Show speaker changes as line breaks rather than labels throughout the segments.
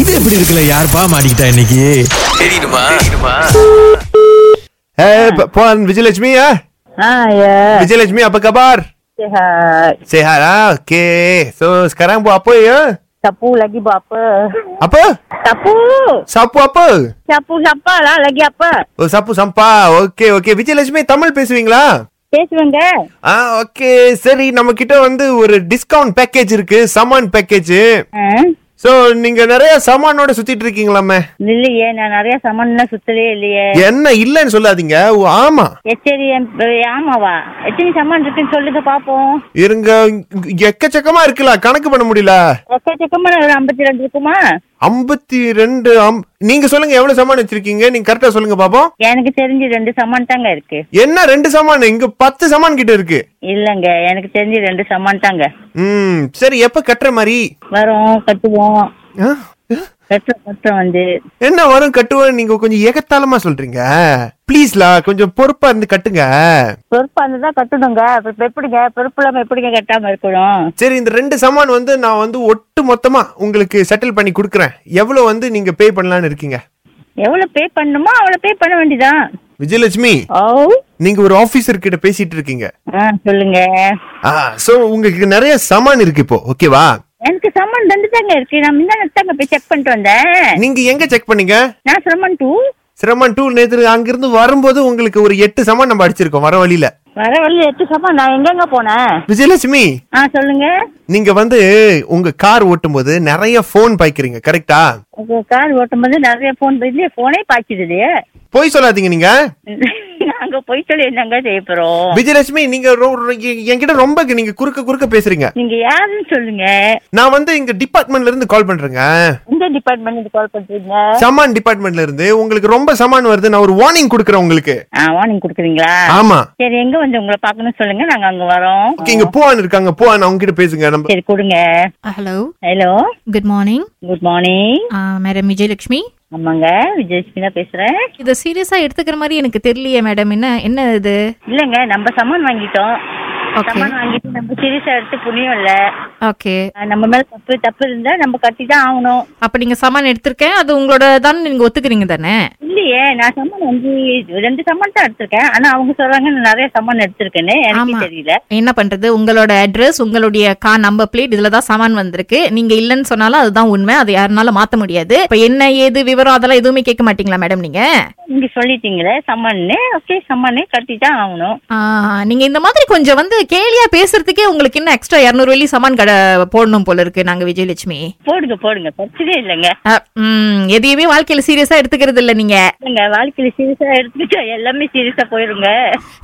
இது எப்படி இருக்குல்ல யாருப்பா மாட்டிக்கிட்டா இன்னைக்கு
ஏ போன் விஜயலட்சுமி ஆ
Haya,
Vijayalakshmi apa khabar?
sihat.
Sehat ah. Okey. So sekarang buat apa ya?
Sapu lagi buat apa?
Apa?
Sapu!
Sapu apa?
Sapu siapa lah lagi apa?
Oh sapu sampah. Okey okey. Vijayalakshmi Tamil பேசுவீங்களா?
பேசுவேங்க
ஆ okay சரி நம்ம கிட்ட வந்து ஒரு discount package இருக்கு சமான் package
ஆ?
சோ நீங்க நிறைய சாமானோட சுத்திட்டு இருக்கீங்களாமே
இல்லையே நான் நிறைய சமான்லாம் சுத்தலே இல்லையே
என்ன இல்லைன்னு சொல்லாதீங்க ஓ, ஆமா
எச்சரி ஆமாவா எத்தனை சமான் இருக்குன்னு சொல்லுங்க பாப்போம்
இருங்க இங்க எக்கச்சக்கமா இருக்குல்ல கணக்கு பண்ண முடியல
எக்கச்சக்கமா ஒரு ஐம்பத்தி ரெண்டு இருக்குமா
ஐம்பத்தி ரெண்டு அம்- நீங்க சொல்லுங்க எவ்வளவு சாமான் வச்சிருக்கீங்க நீங்க கரெக்டா சொல்லுங்க பாப்போம்
எனக்கு தெரிஞ்சு ரெண்டு சமான் தாங்க இருக்கு
என்ன ரெண்டு சாமான் இங்க பத்து சாமான் கிட்ட இருக்கு
இல்லைங்க எனக்கு தெரிஞ்சு ரெண்டு சமான் தாங்க
ம் சரி எப்ப கட்டுற மாதிரி
வரோம் கட்டுவோம்
ஆ?
கட்டுற கட்டுறோம் வந்து
என்ன வரும் கட்டுவோம் நீங்க கொஞ்சம் எகத்தாளமா சொல்றீங்க ப்ளீஸ்லா கொஞ்சம் பொறுப்பா இருந்து கட்டுங்க
பொறுப்பா இருந்தா கட்டணுங்க இப்ப எப்படிங்க பொறுப்பு இல்லாம எப்படிங்க கட்டாம இருக்கணும்
சரி இந்த ரெண்டு சாமான் வந்து நான் வந்து ஒட்டு மொத்தமா உங்களுக்கு செட்டில் பண்ணி கொடுக்குறேன் எவ்வளவு வந்து நீங்க பே பண்ணலாம்னு இருக்கீங்க
எவ்வளவு பே பண்ணணுமோ அவ்வளவு பே பண்ண வேண்டியதான்
விஜயலட்சுமி
ஓ
நீங்க ஒரு ஆபீசர் கிட்ட பேசிட்டு இருக்கீங்க
ஆ சொல்லுங்க
ஆ சோ உங்களுக்கு நிறைய சாமான் இருக்கு இப்போ ஓகேவா
எனக்கு சம்மன் ரெண்டு தாங்க இருக்கு நான் முன்னாடி தாங்க போய் செக் பண்ணிட்டு வந்தேன்
நீங்க எங்க செக் பண்ணீங்க
நான் சம்மன் டூ
சிரமன் டூ நேத்து அங்கிருந்து வரும்போது உங்களுக்கு ஒரு எட்டு சாமான் நம்ம அடிச்சிருக்கோம் வர வழியில
வர வழியில எட்டு சம்மன் நான் எங்கெங்க போனேன்
விஜயலட்சுமி
ஆ சொல்லுங்க
நீங்க வந்து உங்க கார் ஓட்டும்போது நிறைய ஃபோன் பாய்க்கிறீங்க கரெக்டா
உங்க கார் ஓட்டும் போது நிறைய போன் இல்லையே போனே பாய்ச்சிடுது
போய் சொல்லாதீங்க நீங்க
நாங்க போய் சொல்லி என்னங்க செய்ய போறோம்
விஜயலட்சுமி நீங்க ரொ- ரொ- எ- என்கிட்ட ரொம்ப நீங்க குறுக்க குறுக்க பேசுறீங்க
நீங்க யாருன்னு சொல்லுங்க
நான் வந்து இங்க டிபார்ட்மெண்ட்ல இருந்து கால் பண்றேங்க
இந்த டிபார்ட்மெண்ட் கால் பண்றீங்க
சமான் டிபார்ட்மெண்ட்ல இருந்து உங்களுக்கு ரொம்ப சமான் வருது நான் ஒரு வார்னிங் கொடுக்குறேன் உங்களுக்கு
ஆ வார்னிங் கொடுக்குறீங்களா
ஆமா
சரி எங்க வந்து உங்களை பார்க்கணும் சொல்லுங்க நாங்க அங்க வரோம்
ஓகே இங்க போவான் இருக்காங்க போவான் அவங்க கிட்ட பேசுங்க நம்ம
சரி கொடுங்க
hello
hello
good morning
good morning
madam Vijayalakshmi
ஆமாங்க விஜயலட்சுமி தான் பேசுறேன்
இதை சீரியஸா எடுத்துக்கிற மாதிரி எனக்கு தெரியலையே மேடம் என்ன என்ன இது
இல்லங்க நம்ம சமான் வாங்கிட்டோம்
Okay.
சமான் வாங்கிட்டு நம்ம சீரியஸா எடுத்து புண்ணியம் இல்ல
ஓகே
அஹ் நம்ம மேல தப்பு தப்பு இருந்தா நம்ம கட்டி தான் ஆகணும்
அப்ப நீங்க சமான் எடுத்திருக்கேன் அது உங்களோட தான் நீங்க ஒத்துக்கிறீங்க தானே
இல்லையே நான் சமான் வந்து ரெண்டு சமான் தான் எடுத்திருக்கேன் ஆனா அவங்க சொல்றாங்க நான் நிறைய சமான் எடுத்திருக்கேன்னு
ஆமா.
எனக்கு தெரியல
என்ன பண்றது உங்களோட அட்ரஸ் உங்களுடைய கா நம்பர் பிளேட் இதுல தான் சமான் வந்திருக்கு நீங்க இல்லைன்னு சொன்னாலும் அதுதான் உண்மை அதை யாருனால மாத்த முடியாது இப்ப என்ன ஏது விவரம் அதெல்லாம் எதுவுமே கேட்க மாட்டீங்களா மேடம் நீங்க
நீங்க சொல்லிட்டீங்களே சமான்னு ஓகே சமானே கட்டி தான் ஆகணும்
ஆ, நீங்க இந்த மாதிரி கொஞ்சம் வந்து கேலியா பேசுறதுக்கே உங்களுக்கு இன்னும் எக்ஸ்ட்ரா இரநூறு வெள்ளி சமான் கடை போடணும் போல இருக்கு நாங்க விஜயலட்சுமி
போடுங்க போடுங்க பிரச்சனையே இல்லைங்க
அ, ம், எதையுமே வாழ்க்கையில சீரியஸா எடுத்துக்கிறது இல்ல நீங்க
நீங்க வாழ்க்கையில சீரியஸா எடுத்துக்கிட்டா எல்லாமே சீரியஸா போயிருங்க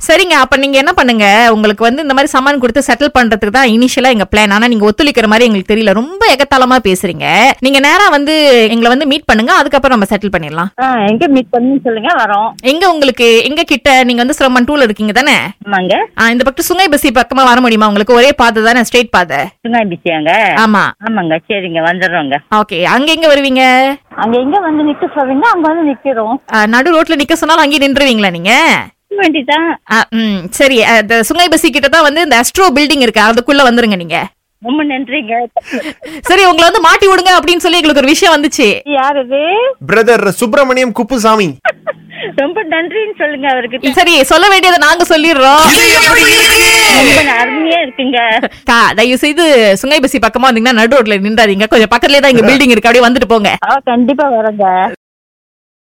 சரிங்க அப்ப நீங்க என்ன பண்ணுங்க உங்களுக்கு வந்து இந்த மாதிரி சமான் கொடுத்து செட்டில் பண்றதுக்கு தான் இனிஷியலா எங்க பிளான் ஆனா நீங்க ஒத்துழைக்கிற மாதிரி எங்களுக்கு தெரியல ரொம்ப எகத்தாளமா பேசுறீங்க நீங்க நேரா வந்து எங்களை வந்து மீட் பண்ணுங்க அதுக்கப்புறம் நம்ம செட்டில் பண்ணிடலாம்
ஆ, எங்க மீட் பண்ணுன்னு சொல்லுங்க வரோம்
எங்க உங்களுக்கு எங்க கிட்ட நீங்க வந்து சிரமன் டூல இருக்கீங்க தானே
ஆமாங்க
ஆ, இந்த பக்கம் சுங்கை பசி பக்கமா வர முடியுமா உங்களுக்கு ஒரே பாதை தானே ஸ்ட்ரெயிட் பாதை
சுங்காய் பிசியாங்க
ஆமா
ஆமாங்க சரிங்க வந்துடுறோங்க
ஓகே அங்க எங்க வருவீங்க
அங்க எங்க வந்து நிக்க சொல்றீங்க அங்க வந்து நிக்கிறோம்
ஆ, நடு ரோட்ல நிக்க சொன்னாலும் அங்கேயே நின்றுவீங்களா நீங்க
வேண்டிதான்
ஆ, ம், சரி அந்த சுங்கை பசி கிட்ட தான் வந்து இந்த அஸ்ட்ரோ பில்டிங் இருக்கு அதுக்குள்ள வந்துருங்க நீங்க
ரொம்ப நன்றிங்க
சரி உங்களை வந்து மாட்டி விடுங்க அப்படின்னு சொல்லி எங்களுக்கு ஒரு விஷயம் வந்துச்சு
யார் இது
பிரதர் சுப்பிரமணியம் குப்புசாமி
ரொம்ப நன்றின்னு சொல்லுங்க அவருக்கு
சரி சொல்ல வேண்டியதை நாங்க சொல்லிடுறோம்
ரொம்ப அருமையா இருக்குங்க
அக்கா, தயவு செய்து சுங்கை பசி பக்கமா வந்தீங்கன்னா நடு ரோட்ல நின்றாதீங்க கொஞ்சம் பக்கத்துலயே தான் எங்க பில்டிங் இருக்கு அப்படியே வந்துட்டு போங்க
ஆ, கண்டிப்பா வரேங்க